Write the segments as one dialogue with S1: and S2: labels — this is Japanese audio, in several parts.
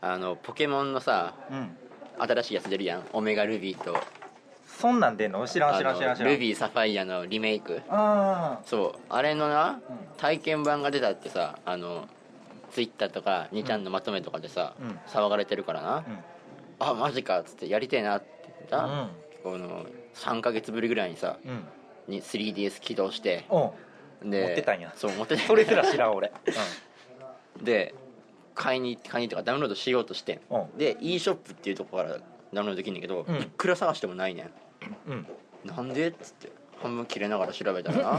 S1: あのポケモンのさ
S2: うん
S1: 新しいやつ出るやんオメガルビーと
S2: そんなん出んの知らん知らん知らん知
S1: あ
S2: ら
S1: の
S2: ん
S1: ルビーサファイアのリメイク
S2: あ
S1: そうあれのな
S2: うん
S1: 体験版が出たってさあのツイッターとか2ちゃんのまとめとかでさ、
S2: うん
S1: 騒がれてるからな、
S2: あうん
S1: あマジかっつってやりてえなって言った、この3ヶ月ぶりぐらいにさ
S2: うんうん
S1: に 3DS 起動して
S2: おう
S1: で
S2: 持ってたんや
S1: そう持ってた
S2: それすら知らん俺
S1: で買いに買いにとかダウンロードしようとして
S2: うん
S1: で e ショップっていうとこからダウンロードできんだけど、
S2: うん
S1: いくら探してもないねん
S2: うんうん
S1: なんでっつって半分切れながら調べたらな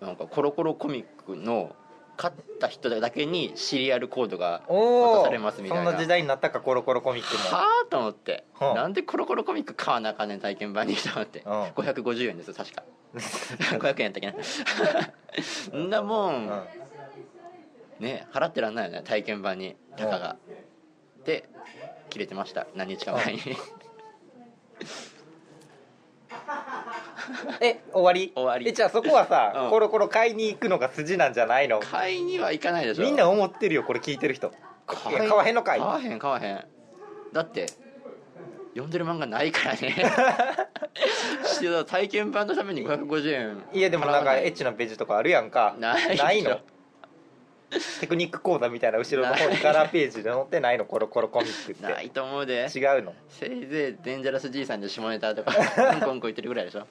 S1: なんかコロコロコミックの勝った人だけにシリアルコードが
S2: お
S1: 渡
S2: お
S1: さ
S2: そ
S1: れますみたい
S2: ん
S1: な
S2: な時代になったかコロコロコミック
S1: はあと思って、
S2: はあ
S1: なんでコロコロコミック買わなあかんねん体験版にと思って、
S2: うん
S1: 550円ですよ確 か500円だっけなんなもん、
S2: もうん
S1: ね払ってらんないよね体験版にたかが、で切れてました何日か前に
S2: え終わり
S1: 終わり
S2: えじゃあそこはさ、
S1: うん
S2: コロコロ買いに行くのが筋なんじゃないの
S1: 買いには行かないでしょ
S2: みんな思ってるよこれ聞いてる人
S1: 買
S2: いや買わへんのかい
S1: 買わへん買わへんだって読んでる漫画ないから ねしてた体験版のために550円
S2: いやでもなん
S1: 払わ
S2: か
S1: ない
S2: エッチなページとかあるやんか
S1: ないよ
S2: のテクニック講座みたいな後ろの方にカラーページで載ってないのコロコロコミックって
S1: ないと思うで
S2: 違うの
S1: せいぜいデンジャラスじいさんで下ネタ とかうんこうんこ言ってるぐらいでしょ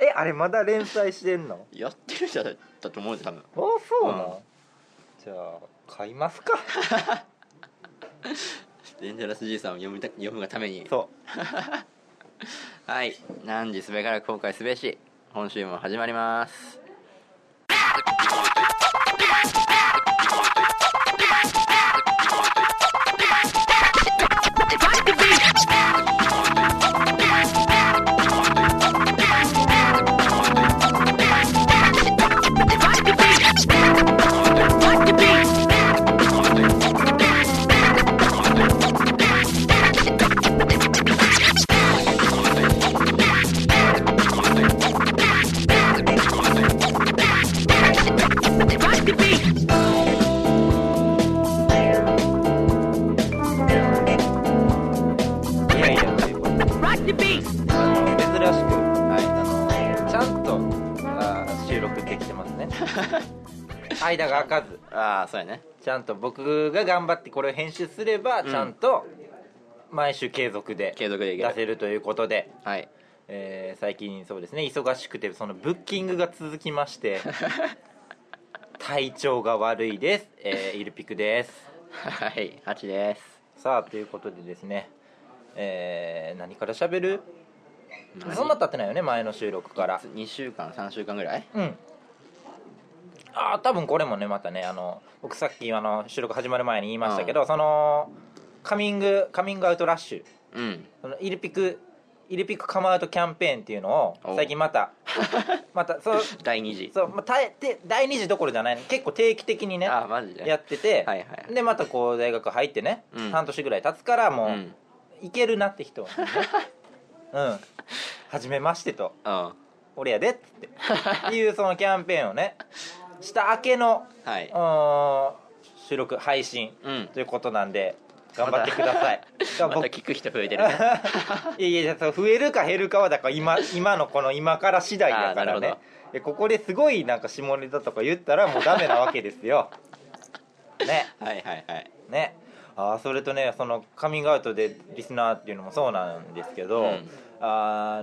S2: えあれまだ連載してんの
S1: やってるんじゃないだと思うで多分
S2: あそうな
S1: うん
S2: の、じゃあ買いますか
S1: デンジャラスじいさんを読むた読むがために
S2: そ
S1: はい何時すべから後悔すべし今週も始まります
S2: ういやいやということで
S3: Rock the beat.
S2: あの珍しく
S1: は
S2: ちゃんとあー収録できて ますね間が開かず
S1: いああそうやね
S2: ちゃんと僕が頑張ってこれを編集すれば
S1: うん
S2: ちゃんと毎週継続で
S1: 継続でいける
S2: 出せるということで、
S1: はい
S2: えー最近そうですね忙しくてそのブッキングが続きまして体調が悪いです、えーイルピクです
S1: はい8です
S2: さあということでですねえー何から喋るそんな経ってないよね前の収録から
S1: 2週間3週間ぐらい
S2: うんああ多分これもねまたねあの僕さっきあの収録始まる前に言いましたけど、そのカミングカミングアウトラッシュ
S1: うん
S2: そのイルピクイルピクカムアウトキャンペーンっていうの
S1: お
S2: を最近 またまたそう
S1: 第2次
S2: そう、まあ、たえて第2次どころじゃないの結構定期的にね
S1: あマジで
S2: やってて、
S1: はいはい
S2: でまたこう大学入ってね、
S1: うん
S2: 半年ぐらい経つからもう、
S1: うん
S2: いけるなって人はねうん初めましてと
S1: うん
S2: 俺やでっつってっていうそのキャンペーンをねした明けの、
S1: は
S2: う
S1: い
S2: ーん収録配信
S1: うん
S2: ということなんで頑張ってください
S1: また聞く人増えてるね
S2: いやいやそう増えるか減るかはだから今今のこの今から次第だか
S1: あー
S2: ら
S1: なる
S2: ね
S1: ほ
S2: でここですごいなんか下ネタとか言ったらもうダメなわけですよね
S1: はいはいはい
S2: ねあーそれとねそのカミングアウトでリスナーっていうのもそうなんですけど、
S1: うん
S2: あ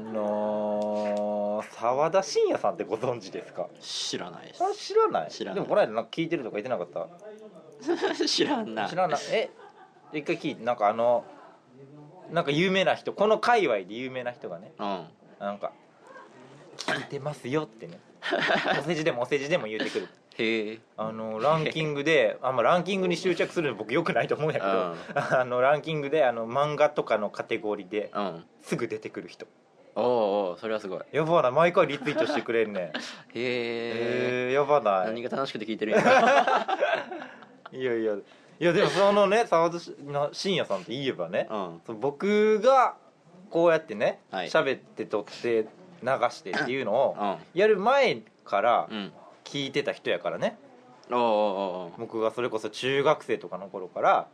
S2: のー沢田信也さんってご存知ですか
S1: 知らないです
S2: あ知らない
S1: 知らない
S2: でもこの間なんか聞いてるとか言ってなかった
S1: 知らんな
S2: 知らないえ一回聞いてなんかあのなんか有名な人この界隈で有名な人がね
S1: うん
S2: なんか聞いてますよっ てねお世辞でもお世辞でも言うてくる
S1: へえ
S2: あのランキングで あんまランキングに執着するの僕よくないと思うんやけど、 あのランキングであの漫画とかのカテゴリーで
S1: うん
S2: すぐ出てくる人
S1: おうおうそれはすごい
S2: やばない毎回リツイートしてくれんねん
S1: へえ
S2: えー、やばない
S1: 何が楽しくて聞いてるんや
S2: いやいやいやでもそのね沢田の信也さんといえばね、
S1: うん
S2: その僕がこうやってね
S1: はい
S2: 喋、って撮って流してっていうのを
S1: うん
S2: やる前から
S1: うん
S2: 聞いてた人やからね、
S1: おうお
S2: 僕がそれこそ中学生とかの頃から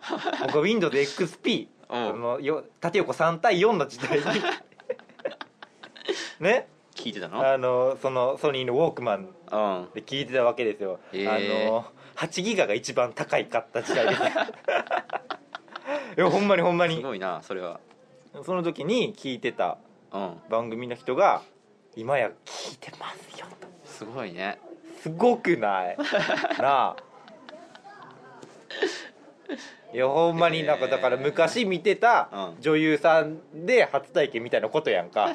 S2: 僕は WindowsXP
S1: う
S2: こ
S1: ん
S2: のよ縦横3対4の時 代にね
S1: 聞いてたの
S2: あのそのソニーのウォークマン
S1: うん
S2: で聞いてたわけですよ、
S1: へー
S2: あの8ギガが一番高いかった 時代ですいやほんまにほんますに
S1: ごいなそれは
S2: その時に聞いてた
S1: うん
S2: 番組の人が「今や聞いてますよ」と
S1: すごいね
S2: すごくない なあいやほんまになんか
S1: えー
S2: だから昔見てた
S1: うん
S2: 女優さんで初体験みたいなことや んか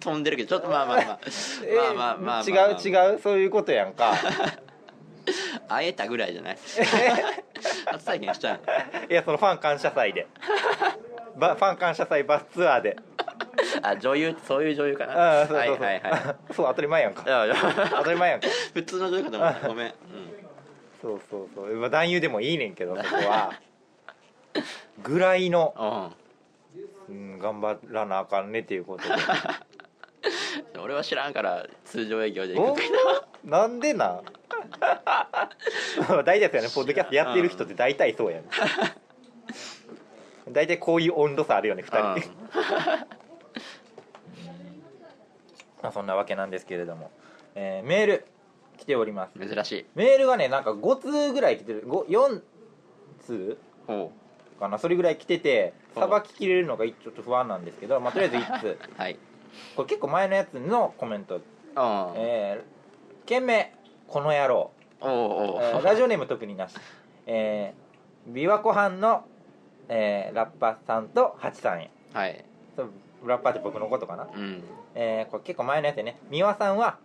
S1: 飛んでるけどちょっとまあまあまあ
S2: えー
S1: まあまあまあまあ
S2: 違う
S1: う
S2: 違うそういうことや んか
S1: 会えたぐらいじゃない 初体験したんや
S2: いやそのファン感謝祭でばファン感謝祭バスツアーで
S1: あ女優そういう女優かな
S2: うんそう
S1: は
S2: そ
S1: いうは
S2: そう、
S1: い は
S2: そう当たり前やんか
S1: いいやいや
S2: 当たり前やんか
S1: 普通の女優かと思ったごめん、う ん
S2: そうそうそう、まあ、男優でもいいねんけどそこはぐらいの、
S1: うん
S2: うん、頑張らなあかんねっていうことで
S1: 俺は知らんから通常営業で行
S2: お
S1: く
S2: なんでなん 大体そうやねポッドキャストやってる人って大体そうやね 大体こういう温度差あるよね2人、 まあ、そんなわけなんですけれども、えーメール来ております
S1: うん珍しい
S2: メールがねなんか5通ぐらい来てるご4通
S1: おう
S2: かなそれぐらい来てて
S1: お
S2: さばききれるのがちょっと不安なんですけど、まあ、とりあえず1通
S1: はい
S2: これ結構前のやつのコメント
S1: ああ
S2: えー、件名この野郎、
S1: おうおう
S2: えーラジオネーム特になし、えー、琵琶湖畔の、えーラッパさんとハチさんへ
S1: はい
S2: そうラッパーって僕のことかな、
S1: うん
S2: えーこれ結構前のやつやね美輪さんは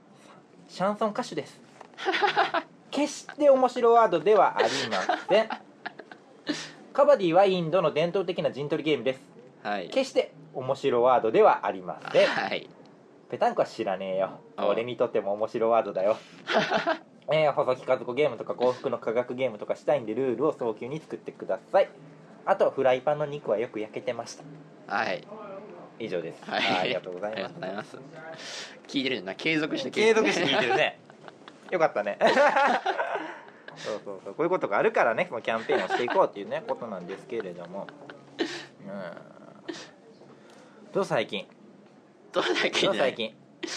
S2: シャンソン歌手です決して面白ワードではありませんカバディはインドの伝統的な陣取りゲームです
S1: はい
S2: 決して面白ワードではありません
S1: はい
S2: ペタンコは知らねえよ
S1: ああ
S2: 俺にとっても面白ワードだ よえー、細木和子ゲームとか幸福の科学ゲームとかしたいんでルールを早急に作ってくださいあとフライパンの肉はよく焼けてました
S1: はい
S2: 以上です、
S1: はい
S2: あーありがとうござい
S1: ありが
S2: ま
S1: と
S2: す
S1: うございます聞いてるよな継続して
S2: 継続して聞いてる ねよか ったねそうそうそうこういうことがあるからねそのキャンペーンをしていこうっていうねことなんですけれどもうんどう最近
S1: どうだっけ
S2: どう最近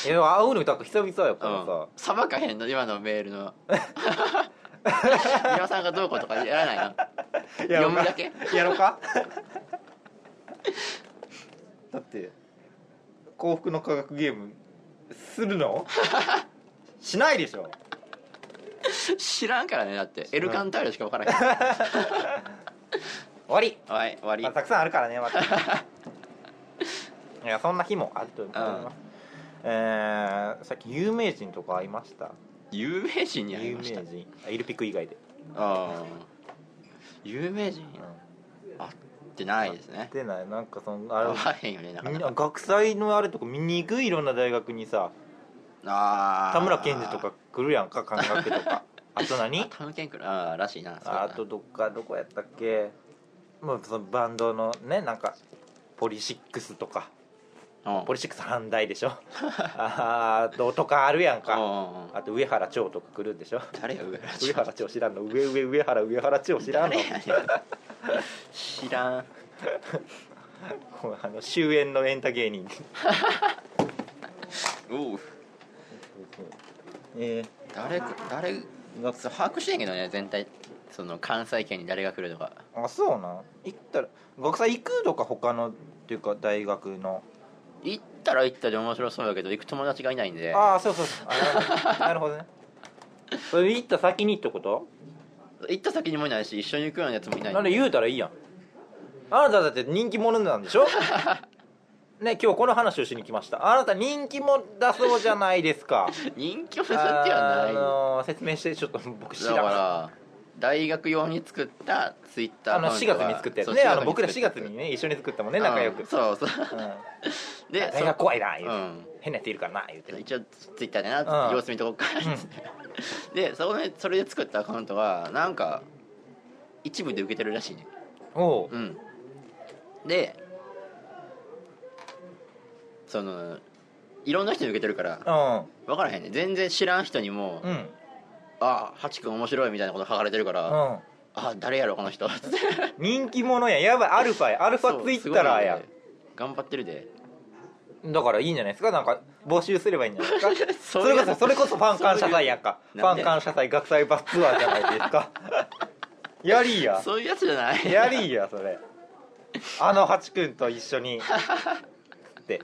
S2: いや会うのとか久々よこ
S1: う
S2: れさ、
S1: んさばかへんの今のメールの 皆さんがどうこうとかやらないの
S2: やろうか
S1: 読む
S2: やろうかだって幸福の科学ゲームするのしないでしょ
S1: 知らんからねだってエルカンタイルしか分からへ
S2: 終わ
S1: ん
S2: り、
S1: はい終わり
S2: まあ、たくさんあるからねまたいやそんな日もあると思います、えー、さっき有名人とか会いました
S1: 有名人に会い
S2: 有
S1: ま
S2: 名
S1: した
S2: 人あイルピック以外で、
S1: ああ有名人
S2: うん、
S1: あってないですね
S2: でないなんかその
S1: あ
S2: あれ
S1: わへんよねなか
S2: みん
S1: な
S2: な
S1: か
S2: 学祭のあれとか見に行くいろんな大学にさ
S1: ああ
S2: 田村健二とか来るやんか感覚とかあと何
S1: 田村健くんああらしいなそうだな
S2: あとどっかどこやったっけもうそのバンドのねなんかポリシックスとか
S1: うん
S2: ポリシックス反対でしょ あーととかあるやん
S1: う
S2: か
S1: んうんうん
S2: あと上原町とか来るんでしょ
S1: 誰や上原
S2: 上原町知らんの上上上原上原町知らんの
S1: 誰やねん知らん
S2: もうあの終焉のエンタ芸人
S1: おう
S2: えー
S1: 誰か誰がそう把握してんけどね全体その関西圏に誰が来るとか
S2: あそうなん行ったら学祭行くとか他のっていうか大学の
S1: 行ったら行ったで面白そうだけど行く友達がいないんで
S2: ああそうそうそうあなるほどね それ行った先にってこと
S1: 行った先にもいないし一緒に行くようなやつもいない
S2: なんで言うたらいいやんあなただって人気者なんで しょね今日この話をしに来ましたあなた人気者だそうじゃないです か
S1: 人気者ってはない
S2: あのー説明してちょっと僕知ら
S1: だ
S2: ん
S1: から大学用に作ったツイッター
S2: あの4月に作ったやつねあの僕ら4月にね一緒に作ったもんね仲良く、うん、
S1: そう そうで
S2: 大学怖いな
S1: そ
S2: 言うて、変なやついるからな言うて
S1: うん一応ツイッターでな
S2: うん
S1: 様子見とこうかなって でそこでそれで作ったアカウントがなんか一部で受けてるらしいね
S2: おう
S1: うんでそのいろんな人に受けてるから
S2: うん
S1: 分からへんね全然知らん人にも
S2: うん
S1: ああハチ君面白いみたいなこと書かれてるから、あ
S2: うん
S1: あ誰やろこの 人
S2: 人気者ややばいアルファやアルファツイッターや
S1: そうすごいね頑張ってるで
S2: だからいいんじゃないですかなんか募集すればいいんじゃないですかそ
S1: そう
S2: れ
S1: いう
S2: こそそれこそファン感謝祭やんか
S1: そう
S2: フ
S1: いうなん
S2: ァ
S1: で
S2: ン感謝祭学祭バスツアーじゃないで すかやりーや
S1: そういうやつじゃない
S2: やりーやそれあのハチくんと一緒にって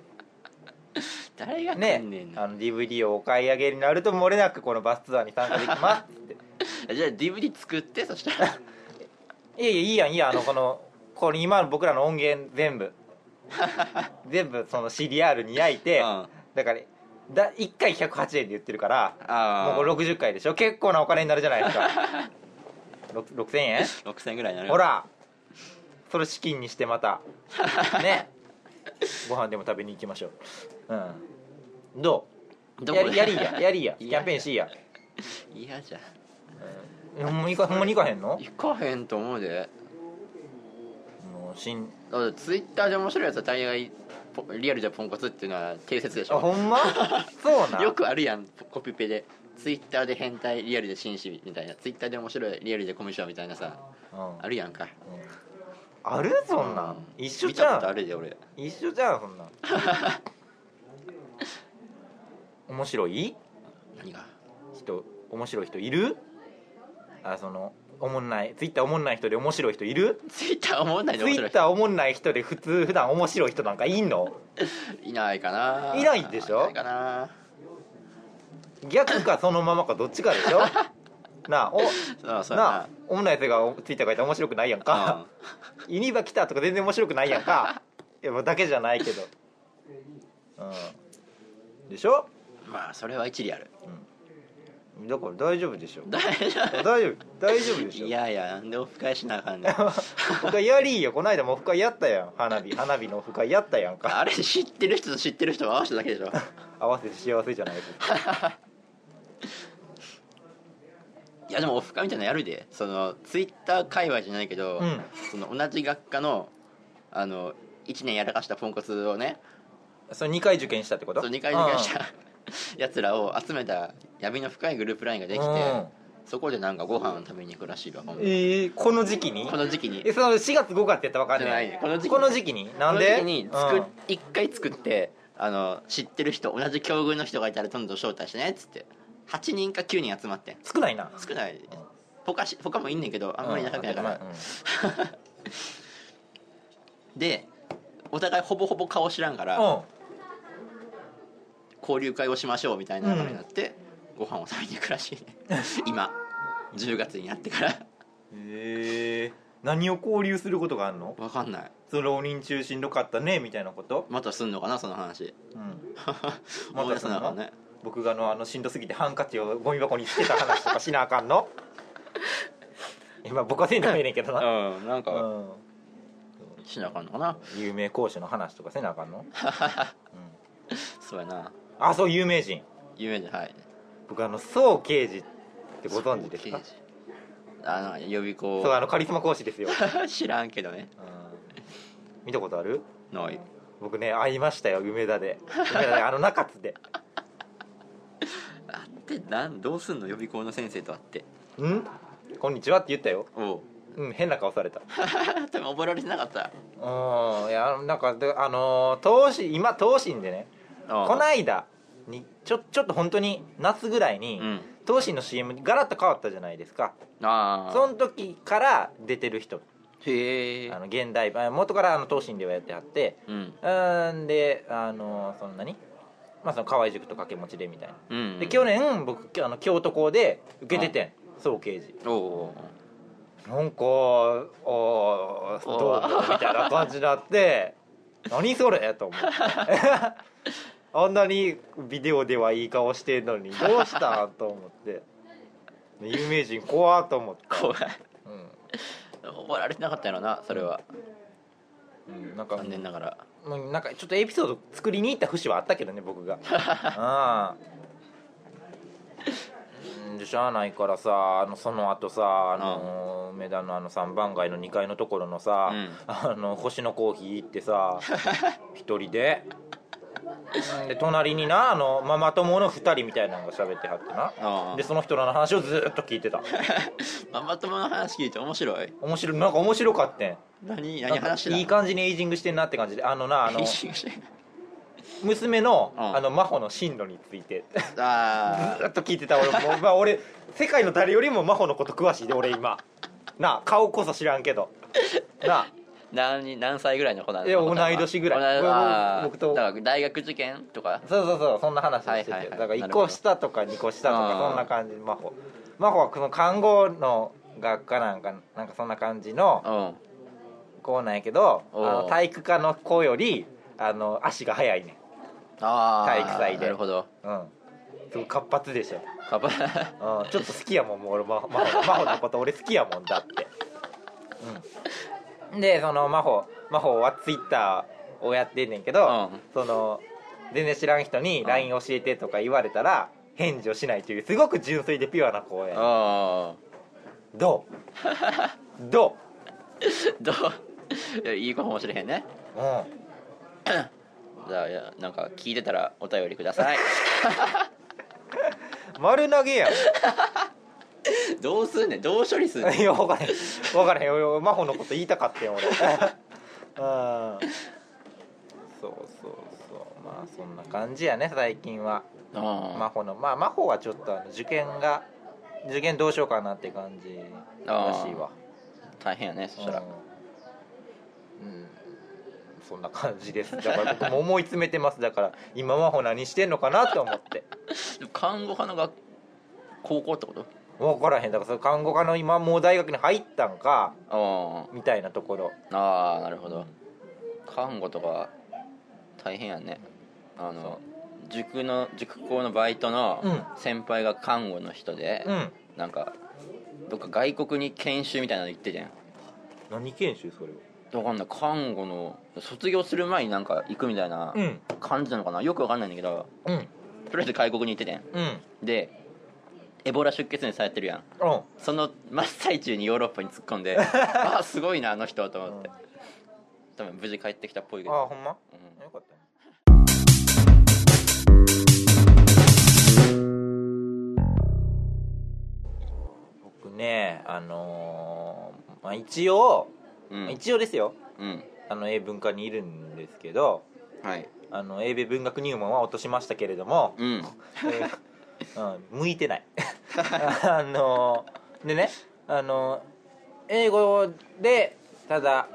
S1: 誰が来
S2: ね
S1: んねんな
S2: あの DVD をお買い上げになると漏れなくこのバスツアーに参加できますって
S1: じゃあ DVD 作ってそした ら
S2: いやいやいいやんいいやんあのこのこの今の僕らの音源 全部全部その CDR に焼いて、
S1: うん
S2: だからだ1回108円で言ってるから
S1: あ
S2: も
S1: あ
S2: うこれ60回でしょ結構なお金になるじゃないですか ろく6000円
S1: 6000円ぐらいになる
S2: ほらそれ資金にしてまたねご飯でも食べに行きましょううんどう
S1: ど
S2: や
S1: こ
S2: り
S1: で
S2: やりややりやキ
S1: いや
S2: ャンペーンしいや
S1: 嫌じゃん
S2: もう行かほんまに行かへんの
S1: 行かへんと思うで
S2: もうしん
S1: だってツイッターで面白いやつは大概ポリアルじゃポンコツっていうのは定説でし
S2: あほ
S1: ょ
S2: んまそうなん
S1: よくあるやんコピペでツイッターで変態リアルで紳士みたいなツイッターで面白いリアルでコミュ障みたいなさ
S2: うん
S1: あるやんか
S2: あるそんなん、
S1: う
S2: 一緒
S1: 見
S2: じ
S1: た
S2: ゃ
S1: ことあ
S2: ん
S1: るで俺
S2: 一緒じゃんそ んなん面白い
S1: 何が
S2: 人面白い人いるあそのおもんないツイッターおもんない人で面白い人いる
S1: ツイッター思わないで
S2: ツ
S1: 面
S2: イ
S1: 白
S2: ッ
S1: い人
S2: ターおもんない人で普通普段面白い人なんかいんの
S1: いないかないい
S2: ないでしょ
S1: いないかな
S2: 逆かそのままかどっちか でしょなあお
S1: そうそう
S2: なあ
S1: や
S2: おもんない人がツイッター書いて面白くないやん
S1: な
S2: か、ユニバ来たとか全然面白くないやん かいやまあだけじゃないけどうんでしょ
S1: うんまあそれは一理ある
S2: だから大丈夫でしょ
S1: 大丈
S2: 大丈夫大丈夫で
S1: 夫
S2: しょ
S1: いやいやなんでオフ会しなあかんねん
S2: 僕はやりーよこの間もオフ会やったやん花火花火のオフ会やったやん か
S1: あれ知ってる人と知ってる人を合わせただけでしょ
S2: 合わせて幸せじゃないですか
S1: いやでもオフ会みたいなのやるでそのツイッター界隈じゃないけど、
S2: うん
S1: その同じ学科のあの1年やらかしたポンコツをね
S2: それ2回受験したってこと
S1: そ2回受験したやつらを集めた闇の深いグループラインができて、
S2: うん
S1: そこでなんかご飯を食べに行くらしいわほんま
S2: えーこの時期に
S1: この時期に
S2: えその4月5月やったら分かんない
S1: じゃないこの時期に
S2: 期になんで
S1: この時期に作
S2: う
S1: っ
S2: ん
S1: 一回作ってあの知ってる人同じ境遇の人がいたらどんどん招待してねっつって8人か9人集まってん
S2: 少ないな
S1: 少ない他し他もいんねんけどあんまり仲良くないから、
S2: う
S1: でお互いほぼほぼ顔知らんから、
S2: んうん
S1: 交流会をしましょうみたいな流れになって、ご飯を食べに行くらしい ね今10月になってから
S2: へえ何を交流することがあるの
S1: 分かんない
S2: その浪人中しんどかったねみたいなこと、
S1: またすんのかなその話
S2: うん、
S1: 思い出さなあかんね
S2: 僕があのあのしんどすぎてハンカチをゴミ箱に捨てた話とかしなあかん の今僕はせんでもいいねんけどな、
S1: うんなん
S2: う
S1: か
S2: ん、
S1: しなあかんのかな
S2: 有名講師の話とかせなあかんの、うん、
S1: そうやな
S2: あそう有名人
S1: 有名人はい
S2: 僕あの宋刑事ってご存知ですか
S1: 刑事あの予備校
S2: そうあのカリスマ講師ですよ、
S1: 知らんけどね
S2: うん見たことある
S1: ない
S2: 僕ね会いましたよ梅田で梅田であの中津で
S1: あってなんどうすんの予備校の先生と会って
S2: 「んこんにちは」って言ったよ
S1: おう
S2: うん変な顔された
S1: 多分覚えられてなかった
S2: うんいやなんかであのー東進今東進でねこ
S1: こ
S2: の間にちょちょっと本当に夏ぐらいに、
S1: うん
S2: 東進の CM にガラッと変わったじゃないですか
S1: ああ
S2: その時から出てる人
S1: へえ
S2: あの現代版元からあの東進ではやってはって
S1: うん
S2: うーんであのーそんなにまあその河合塾と掛け持ちでみたいな
S1: うん
S2: で去年僕きょあの京都校で受けててん総刑事
S1: おお
S2: なんかおーどうもみたいな感じになって 何それと思って あんなにビデオではいい顔してんのにどうしたんと思って有名人怖っと思って、
S1: 怖い
S2: うん
S1: 覚えられてなかったやろなそれは
S2: うん、なんか
S1: 残念ながら
S2: もうなんかちょっとエピソード作りに行った節はあったけどね僕が ああうんでしゃあないからさあのその後さあの梅田のあの3番街の2階のところのさ、
S1: うん
S2: あの星のコーヒー行ってさ一人でで隣になあのママ友の2人みたいなのが喋ってはって
S1: あ
S2: な
S1: あ
S2: でその人らの話をずーっと聞いてた
S1: ママ友の話聞いて面白い
S2: 面白いなんか面白かってん
S1: 何何話してた
S2: いい感じにエイジングしてんなって感じであの なあの娘の
S1: うん
S2: あの真帆の進路についてず
S1: あ
S2: ーっと聞いてた俺もう、まあ、俺世界の誰よりも真帆のこと詳しいで俺今なあ顔こそ知らんけどなあ
S1: ー何何歳ぐらいの子なん
S2: いや同い年ぐらい
S1: 同
S2: 僕
S1: あー
S2: 僕と
S1: だから大学受験とか
S2: そうそうそうそんな話をしてて、
S1: はいはいはい
S2: だから
S1: な
S2: 1
S1: るほ
S2: 個
S1: ど
S2: 下とか2個下と
S1: あ
S2: か
S1: ー
S2: そんな感じ真帆真帆はこの看護の学科なんかなんかそんな感じの
S1: うん
S2: 子なんやけどあ
S1: おう
S2: の体育科の子よりあの足が速いね
S1: ああ
S2: 体育祭で
S1: なるほど
S2: うんすごい活発でしょ
S1: パ パ
S2: うんちょっと好きやもんもう俺ま真帆真帆のこと俺好きやもんだって、うん、でその真帆真帆はツイッターをやってんねんけど、
S1: うん
S2: その全然知らん人に LINE 教えてとか言われたら返事をしないというすごく純粋でピュアな子や
S1: ああ
S2: ど うど
S1: どうい やいい子かもしれへんね
S2: う、うん、
S1: じゃあいやなんか聞いてたらお便りくだ さい
S2: 丸投げやん
S1: どうすんねんどう処理すんねん
S2: いや分からへん分からへん俺真帆のこと言いたかった よ俺うんそうそうそうまあそんな感じやね最近は真
S1: あ
S2: 帆のまあ真帆はちょっとあの受験が受験どうしようかなって感じらしいわ
S1: あ大変やねそしたら
S2: うん、うんそんな感じですだから僕も思い詰めてますだから今真帆何してんのかなと思って
S1: でも看護科の学高校ってこと
S2: 分からへんだからそれ看護科の今もう大学に入ったんか
S1: あ
S2: みたいなところ
S1: あああなるほど看護とか大変やねあの塾の塾校のバイトの
S2: う
S1: 先輩が看護の人で、
S2: うん
S1: なんかどっか外国に研修みたいなの行ってじゃん
S2: 何研修それは
S1: わかんない看護の卒業する前になんか行くみたいな
S2: うん
S1: 感じなのかなよくわかんないんだけど
S2: うん
S1: とりあえず外国に行っててん
S2: うん
S1: でエボラ出血にされてるやん
S2: うん
S1: その真っ最中にヨーロッパに突っ込ん でああすごいなあの人と思って、多分無事帰ってきたっぽいけ
S2: あ
S1: ど、
S2: あほんま
S1: うん
S2: よかったね僕ねあのーまあ、一応、
S1: うん
S2: 一応ですよ
S1: うん
S2: あの英文科にいるんですけど
S1: はい
S2: あの英米文学入門は落としましたけれども、
S1: うん
S2: え ーうん、向いてないあのーでねあのー英語でただ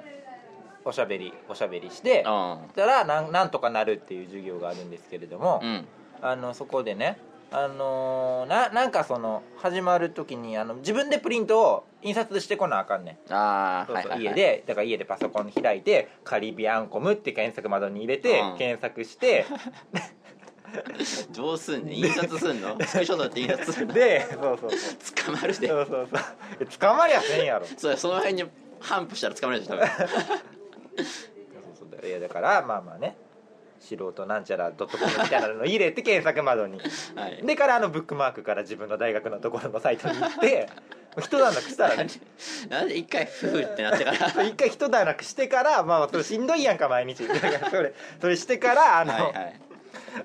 S2: おしゃべりおしゃべりして
S1: あ
S2: たらなんなんとかなるっていう授業があるんですけれども、
S1: あうん
S2: あのそこでねあのーななんかその始まる時にあの自分でプリントを印刷してこなあかんねん
S1: ああ
S2: そう
S1: はい
S2: そう
S1: はい、はい、
S2: 家でだから家でパソコン開いて「カリビアンコム」って検索窓に入れて、
S1: うん
S2: 検索 して
S1: どうすんねん印刷すん のスクショ撮って印刷するの
S2: でそうそうそう
S1: 捕まるで
S2: そうそうそう捕まりゃせんやろ
S1: そうやその辺にハンプしたら捕まるでしょ多分
S2: そうそういやだからまあまあね素人なんちゃらドットコムみたいなの入れて検索窓に
S1: はい
S2: でからあのブックマークから自分の大学のところのサイトに行 って一段落したらね
S1: なんで一回フーってなって から
S2: 一回一段落してからまあそれしんどいやんか 毎日だからそれそれしてからあの、
S1: はいはい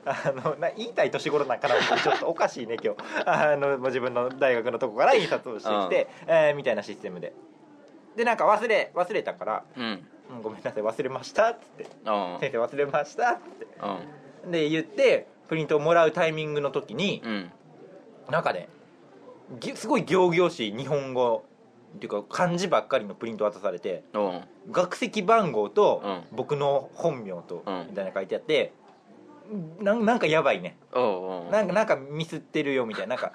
S2: あのな言いたい年頃なんかな僕ちょっとおかしいね今日あのもう自分の大学のとこから印刷をしてきて、えーみたいなシステムででなんか忘れ忘れたから
S1: うん
S2: 「うん、ごめんなさい忘れました」っつって
S1: うん
S2: 「先生忘れました」っつって
S1: うん
S2: で言ってプリントをもらうタイミングの時に、
S1: うん
S2: なんかねぎすごい仰々しい日本語っていうか漢字ばっかりのプリント渡されて
S1: うん
S2: 学籍番号と
S1: う
S2: 僕の本名と
S1: うん
S2: みたいなの書いてあって、なんなんかやばいね
S1: おうおう
S2: なんかなんかミスってるよみたいななん か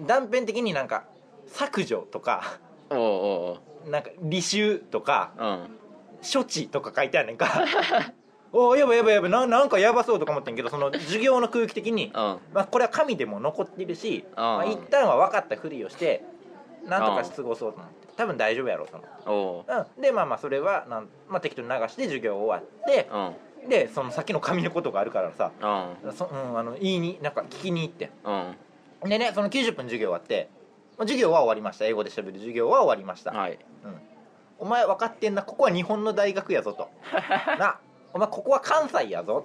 S2: 断片的になんか削除とか
S1: おうおう
S2: なんか履修とか
S1: おううん
S2: 処置とか書いてあるね んかおおやばいやばいやばいななんかやばそうとか思ってんけどその授業の空気的に、
S1: うん
S2: まあ、これは紙でも残ってるし、
S1: ん
S2: まあ、一旦は分かったふりをしてなんとか過ごそうと思って多分大丈夫やろうと思って、
S1: おう
S2: うん、でまあまあそれはなん、まあ、適当に流して授業終わって
S1: うん
S2: でその先の紙のことがあるからさ
S1: うん
S2: そ、うん、あの言いになんか聞きに行って
S1: うん
S2: でねその90分授業終わってまあ授業は終わりました英語でしゃべる授業は終わりました、
S1: はい
S2: うん、お 前分かってんなここは日本の大学やぞとなお前ここは関西やぞ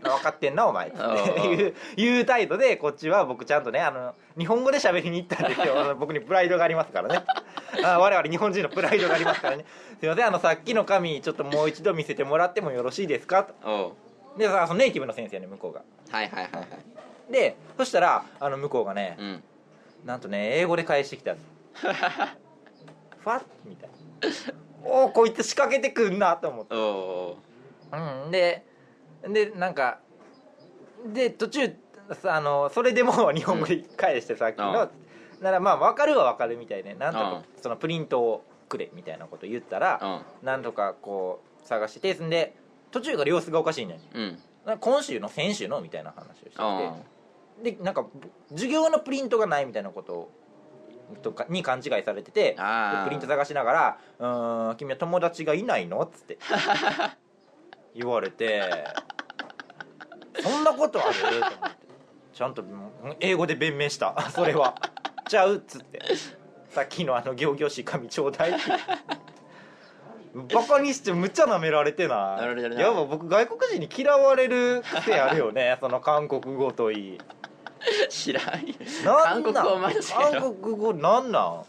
S2: 分かってんなお前」って
S1: うん
S2: いういう態度でこっちは僕ちゃんとねあの日本語で喋りに行った んですよあの僕にプライドがありますからねあ我々日本人のプライドがありますからねすいませんあのさっきの紙ちょっともう一度見せてもらってもよろしいですかと
S1: おう
S2: でさそのネイティブの先生ね向こうが
S1: はいはいはいはい
S2: でそしたらあの向こうがね、
S1: うん
S2: なんとね英語で返してきたんですファッみたいなおおこいつ仕掛けてくんなと思って
S1: おお
S2: うん、ででなんかで途中さあのそれでもう日本語で返してさっきの、
S1: うん
S2: ならまあ分かるは分かるみたいでなんとか、
S1: うん
S2: そのプリントをくれみたいなこと言ったら、なんとかこう探しててそんで途中から様子がおかしいね
S1: うんうん
S2: なんか今週の先週のみたいな話をしてて、
S1: あ
S2: でなんか授業のプリントがないみたいなことをとかに勘違いされてて
S1: あー
S2: でプリント探しながら「うーん君は友達がいないの?」っつって 言われて「そんなことある?」と思ってちゃんとうん英語で弁明した 「それはちゃう」っつって「さっきのあの行々しい紙ちょうだい」って。バカにしてむっちゃ舐められてな
S1: 舐め
S2: い
S1: られてるな
S2: やっぱ僕外国人に嫌われる癖あるよねその韓国語といい
S1: 知らんよ
S2: な
S1: 韓
S2: ん
S1: 国語お前しかやろ
S2: 韓国語なんなん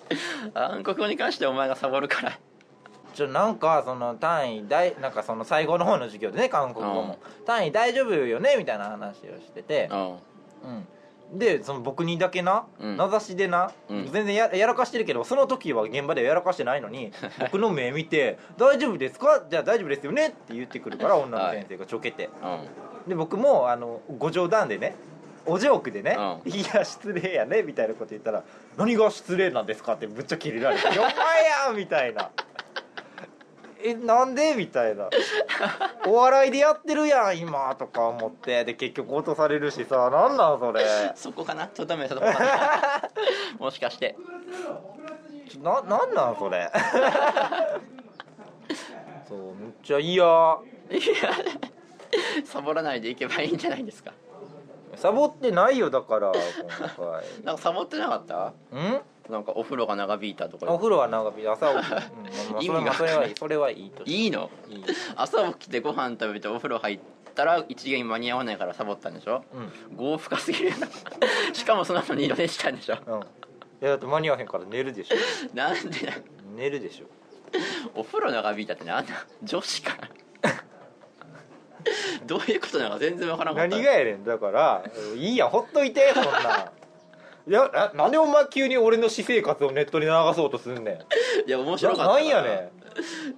S1: 韓国語に関してお前がサボるから
S2: ちょなんかその単位大なんかその最後の方の授業でね韓国語も単位大丈夫よねみたいな話をしてて、
S1: お
S2: うんでその僕にだけな、
S1: うん
S2: 名指しでな、
S1: うん
S2: 全然ややらかしてるけどその時は現場ではやらかしてないのに僕の目見て「大丈夫ですかじゃあ大丈夫ですよね」って言ってくるから女の先生がちょけて、
S1: うん
S2: で僕もあのご冗談でねおジョークでね「
S1: う
S2: いや失礼やね」みたいなこと言ったら「何が失礼なんですか?」ってぶっちゃ切れられて「お前や!」みたいな「えなんで?」みたいな「お笑いでやってるやん今」とか思ってで結局落とされるしさなんなんそれ
S1: そこかなとどめそこかなもしかして
S2: ちょななんなんそれ そうむっちゃいいや
S1: いやサボらないでいけばいいんじゃないですか
S2: サボってないよだから今
S1: なんかサボってなかった
S2: 回ん
S1: なんかお風呂が長引いたと
S2: お
S1: か
S2: 風呂は長引き朝起き、うんまあ
S1: 意味
S2: まあ
S1: が
S2: それはいいそれはいいとして
S1: いいの
S2: いい
S1: 朝起きてご飯食べてお風呂入ったら一元間に合わないからサボったんでしょ
S2: うん、うん、い
S1: 豪深すぎるよなしかもその後に色でしたんでしょ
S2: やだって間に合わへんから寝るでしょ
S1: なんでだ
S2: 寝るでしょ
S1: お風呂長引いたってなんだ女子か などういうことなのか全然わからんかった
S2: 何がやねんだからいいやんほっといてそんなんいやななんでお前急に俺の私生活をネットに流そうとすんね ん
S1: いや面白
S2: な
S1: かった
S2: なんやね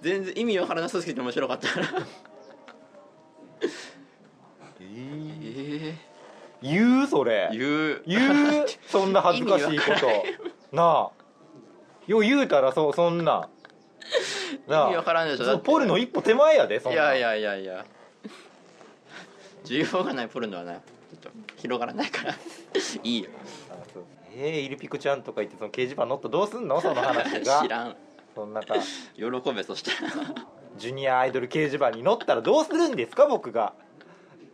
S1: 全然意味わからなさすぎて面白かった な
S2: ん
S1: え
S2: 言うそれ
S1: え言う
S2: 言うそんな恥ずかしい
S1: 意味
S2: こ
S1: わからん
S2: となあよう言うたらそそんな
S1: 意味わからんでしょだ
S2: そ
S1: っ
S2: う
S1: て
S2: ポルの一歩手前やでそん
S1: い
S2: な
S1: や
S2: ん
S1: いやいやいや需要がないポルノはなちょっと広がらないから いいよ
S2: えー、イルピクちゃんとか言ってその掲示板乗ったどうすんのその話
S1: 知
S2: が
S1: らん
S2: そんなか
S1: 喜べそしたら
S2: ジュニアアイドル掲示板に乗ったらどうするんですか僕が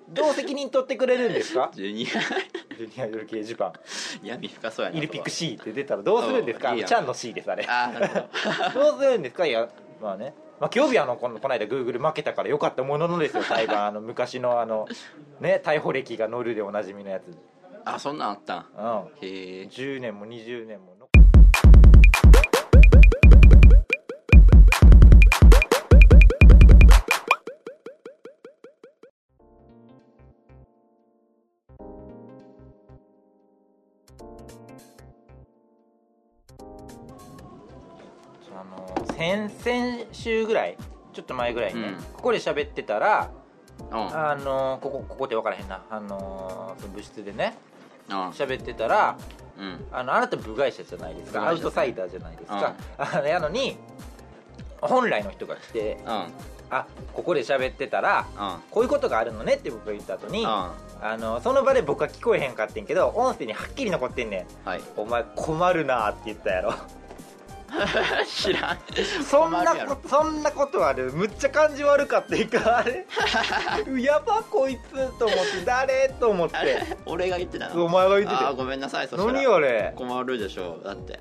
S2: どう責任取ってくれるんですか
S1: ジュニ
S2: ジュニアアイドル掲示板
S1: ア闇深そうやな
S2: イルピク
S1: そ
S2: C って出たらどうするんですか
S1: お
S2: あ
S1: ういいや
S2: の
S1: ん
S2: ちゃんの C ですあれ
S1: こはあーなるほ
S2: どうするんですかいやまあねまあ、今日日あのこのこの間グーグル負けたからよかったもののですよ裁判あの昔のあのね逮捕歴が乗るでおなじみのやつ
S1: どあそんなんあったん
S2: うん
S1: へえ
S2: 10年も20年ものあの先々週ぐらいちょっと前ぐらいね、
S1: うん
S2: ここで喋ってたら
S1: うん
S2: あのここここって分からへんなあのその部室でね
S1: うん
S2: 喋ってたら
S1: うん
S2: あのあなた部外者じゃないですか
S1: 部
S2: ア
S1: 外者
S2: ウトサイダーじゃないですか、あれやのに本来の人が来て
S1: うんうん
S2: あここで喋ってたらこういうことがあるのねって僕が言った後に、
S1: うん
S2: あのその場で僕は聞こえへんかってんけど音声にはっきり残ってんねん
S1: はい
S2: 「お前困るな」って言ったやろ
S1: 知らん
S2: そん
S1: 困
S2: な
S1: るや
S2: こ
S1: ろ
S2: とそんなことあるむっちゃ感じ悪かったいうかあれ やばこいつと思って誰と思っ
S1: あ
S2: て
S1: れ俺が言ってた
S2: お
S1: の
S2: 前が言って
S1: あー
S2: て
S1: ごめんなさいそしたら
S2: 何あれ
S1: 困るでしょうだって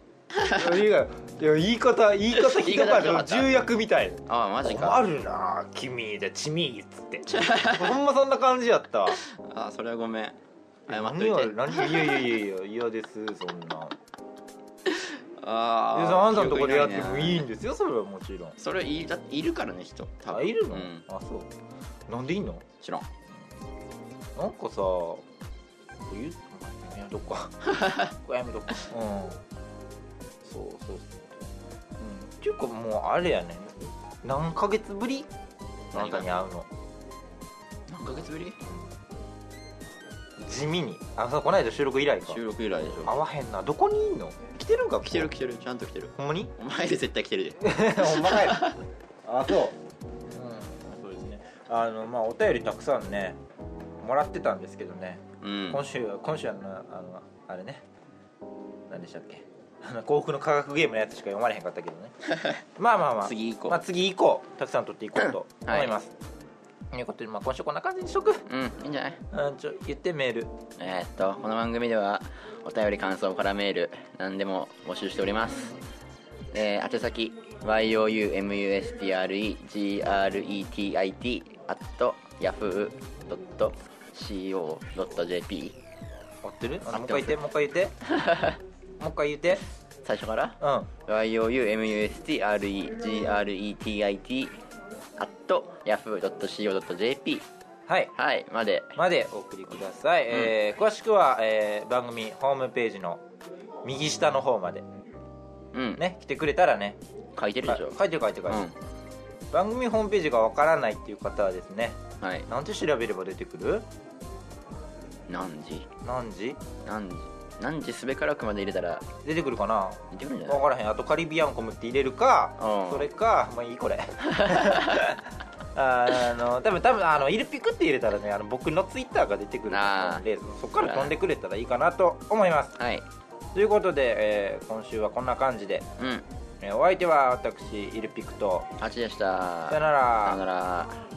S2: いや言い方言い方ひどか
S1: 言
S2: っ
S1: い方ひどか
S2: た
S1: った
S2: 重役みたい
S1: ああマジ
S2: 困
S1: か
S2: るなあ君でチミーっつってほんまそんな感じやったわ
S1: ああそれはごめん 謝っと
S2: 何
S1: い
S2: を
S1: て
S2: 何をいやいやいやいや嫌ですそんな
S1: あ
S2: で
S1: あ
S2: あんたのとこでやってもいい
S1: ね
S2: んですよそれはもちろん
S1: それいだいるからね人多
S2: あ
S1: 分
S2: いるの、
S1: うん
S2: あそうなんでいいの
S1: 知らん
S2: なんかさ言うやめとくか これやめとくかうんそうそうそう、うん、っていうかもうあれやね何ヶ月ぶりあ
S1: 何
S2: んた
S1: が
S2: に会うの
S1: 何ヶ月ぶり
S2: 地味にあそうこの間収録以来か
S1: 収録以来でし
S2: 会
S1: ょ
S2: わへんなどこにいんの来てるんか
S1: 来てる来てるちゃんと来てる
S2: ほんまに
S1: お前で絶対来てるで
S2: ほんまかいな あそううんそうですねあのまあお便りたくさんねもらってたんですけどね
S1: うん
S2: 今週今週はなあのあれね何でしたっけ あの幸福の科学ゲームのやつしか読まれへんかったけ どねまあまあまあ
S1: 次以降
S2: まあ、次以降たくさん取っていこうと
S1: はい
S2: 思います、ということで、まあ、今週こんな感じにしと
S1: う
S2: く、
S1: んいいんじゃない
S2: うん、ちょ言ってメール
S1: えーっとこの番組ではお便り感想からメール何でも募集しておりますえー宛先 youmustregretiti at yahoo.co.jp
S2: 合ってるあ
S1: 合っ
S2: もう一
S1: て
S2: 回言ってもう一回 言ってもう一回言って
S1: 最初から
S2: うん
S1: youmustregretiti at yahoo.co.jp
S2: はい
S1: はいまで
S2: までお送りください、えー詳しくは、えー番組ホームページの右下の方まで
S1: うん
S2: ね来てくれたらね
S1: 書いてるでしょ
S2: 書いてる書いてる書いてる、
S1: う
S2: 番組ホームページがわからないっていう方はですね
S1: んはい
S2: なんて調べれば出てくる
S1: 何時
S2: 何時
S1: 何時何時すべからくまで入れたら
S2: 出てくるかな
S1: 出てくるんじゃない
S2: 分からへんあとカリビアンコムって入れるか
S1: うん
S2: それかまあいい これ あの多分多分あのイルピクって入れたらねあの僕のツイッターが出てくると思うんでそこから飛んでくれたらいいかなと思います
S1: はい
S2: ということで、えー今週はこんな感じで、
S1: うん
S2: えーお相手は私イルピクと
S1: 8でした
S2: さよなら
S1: さよなら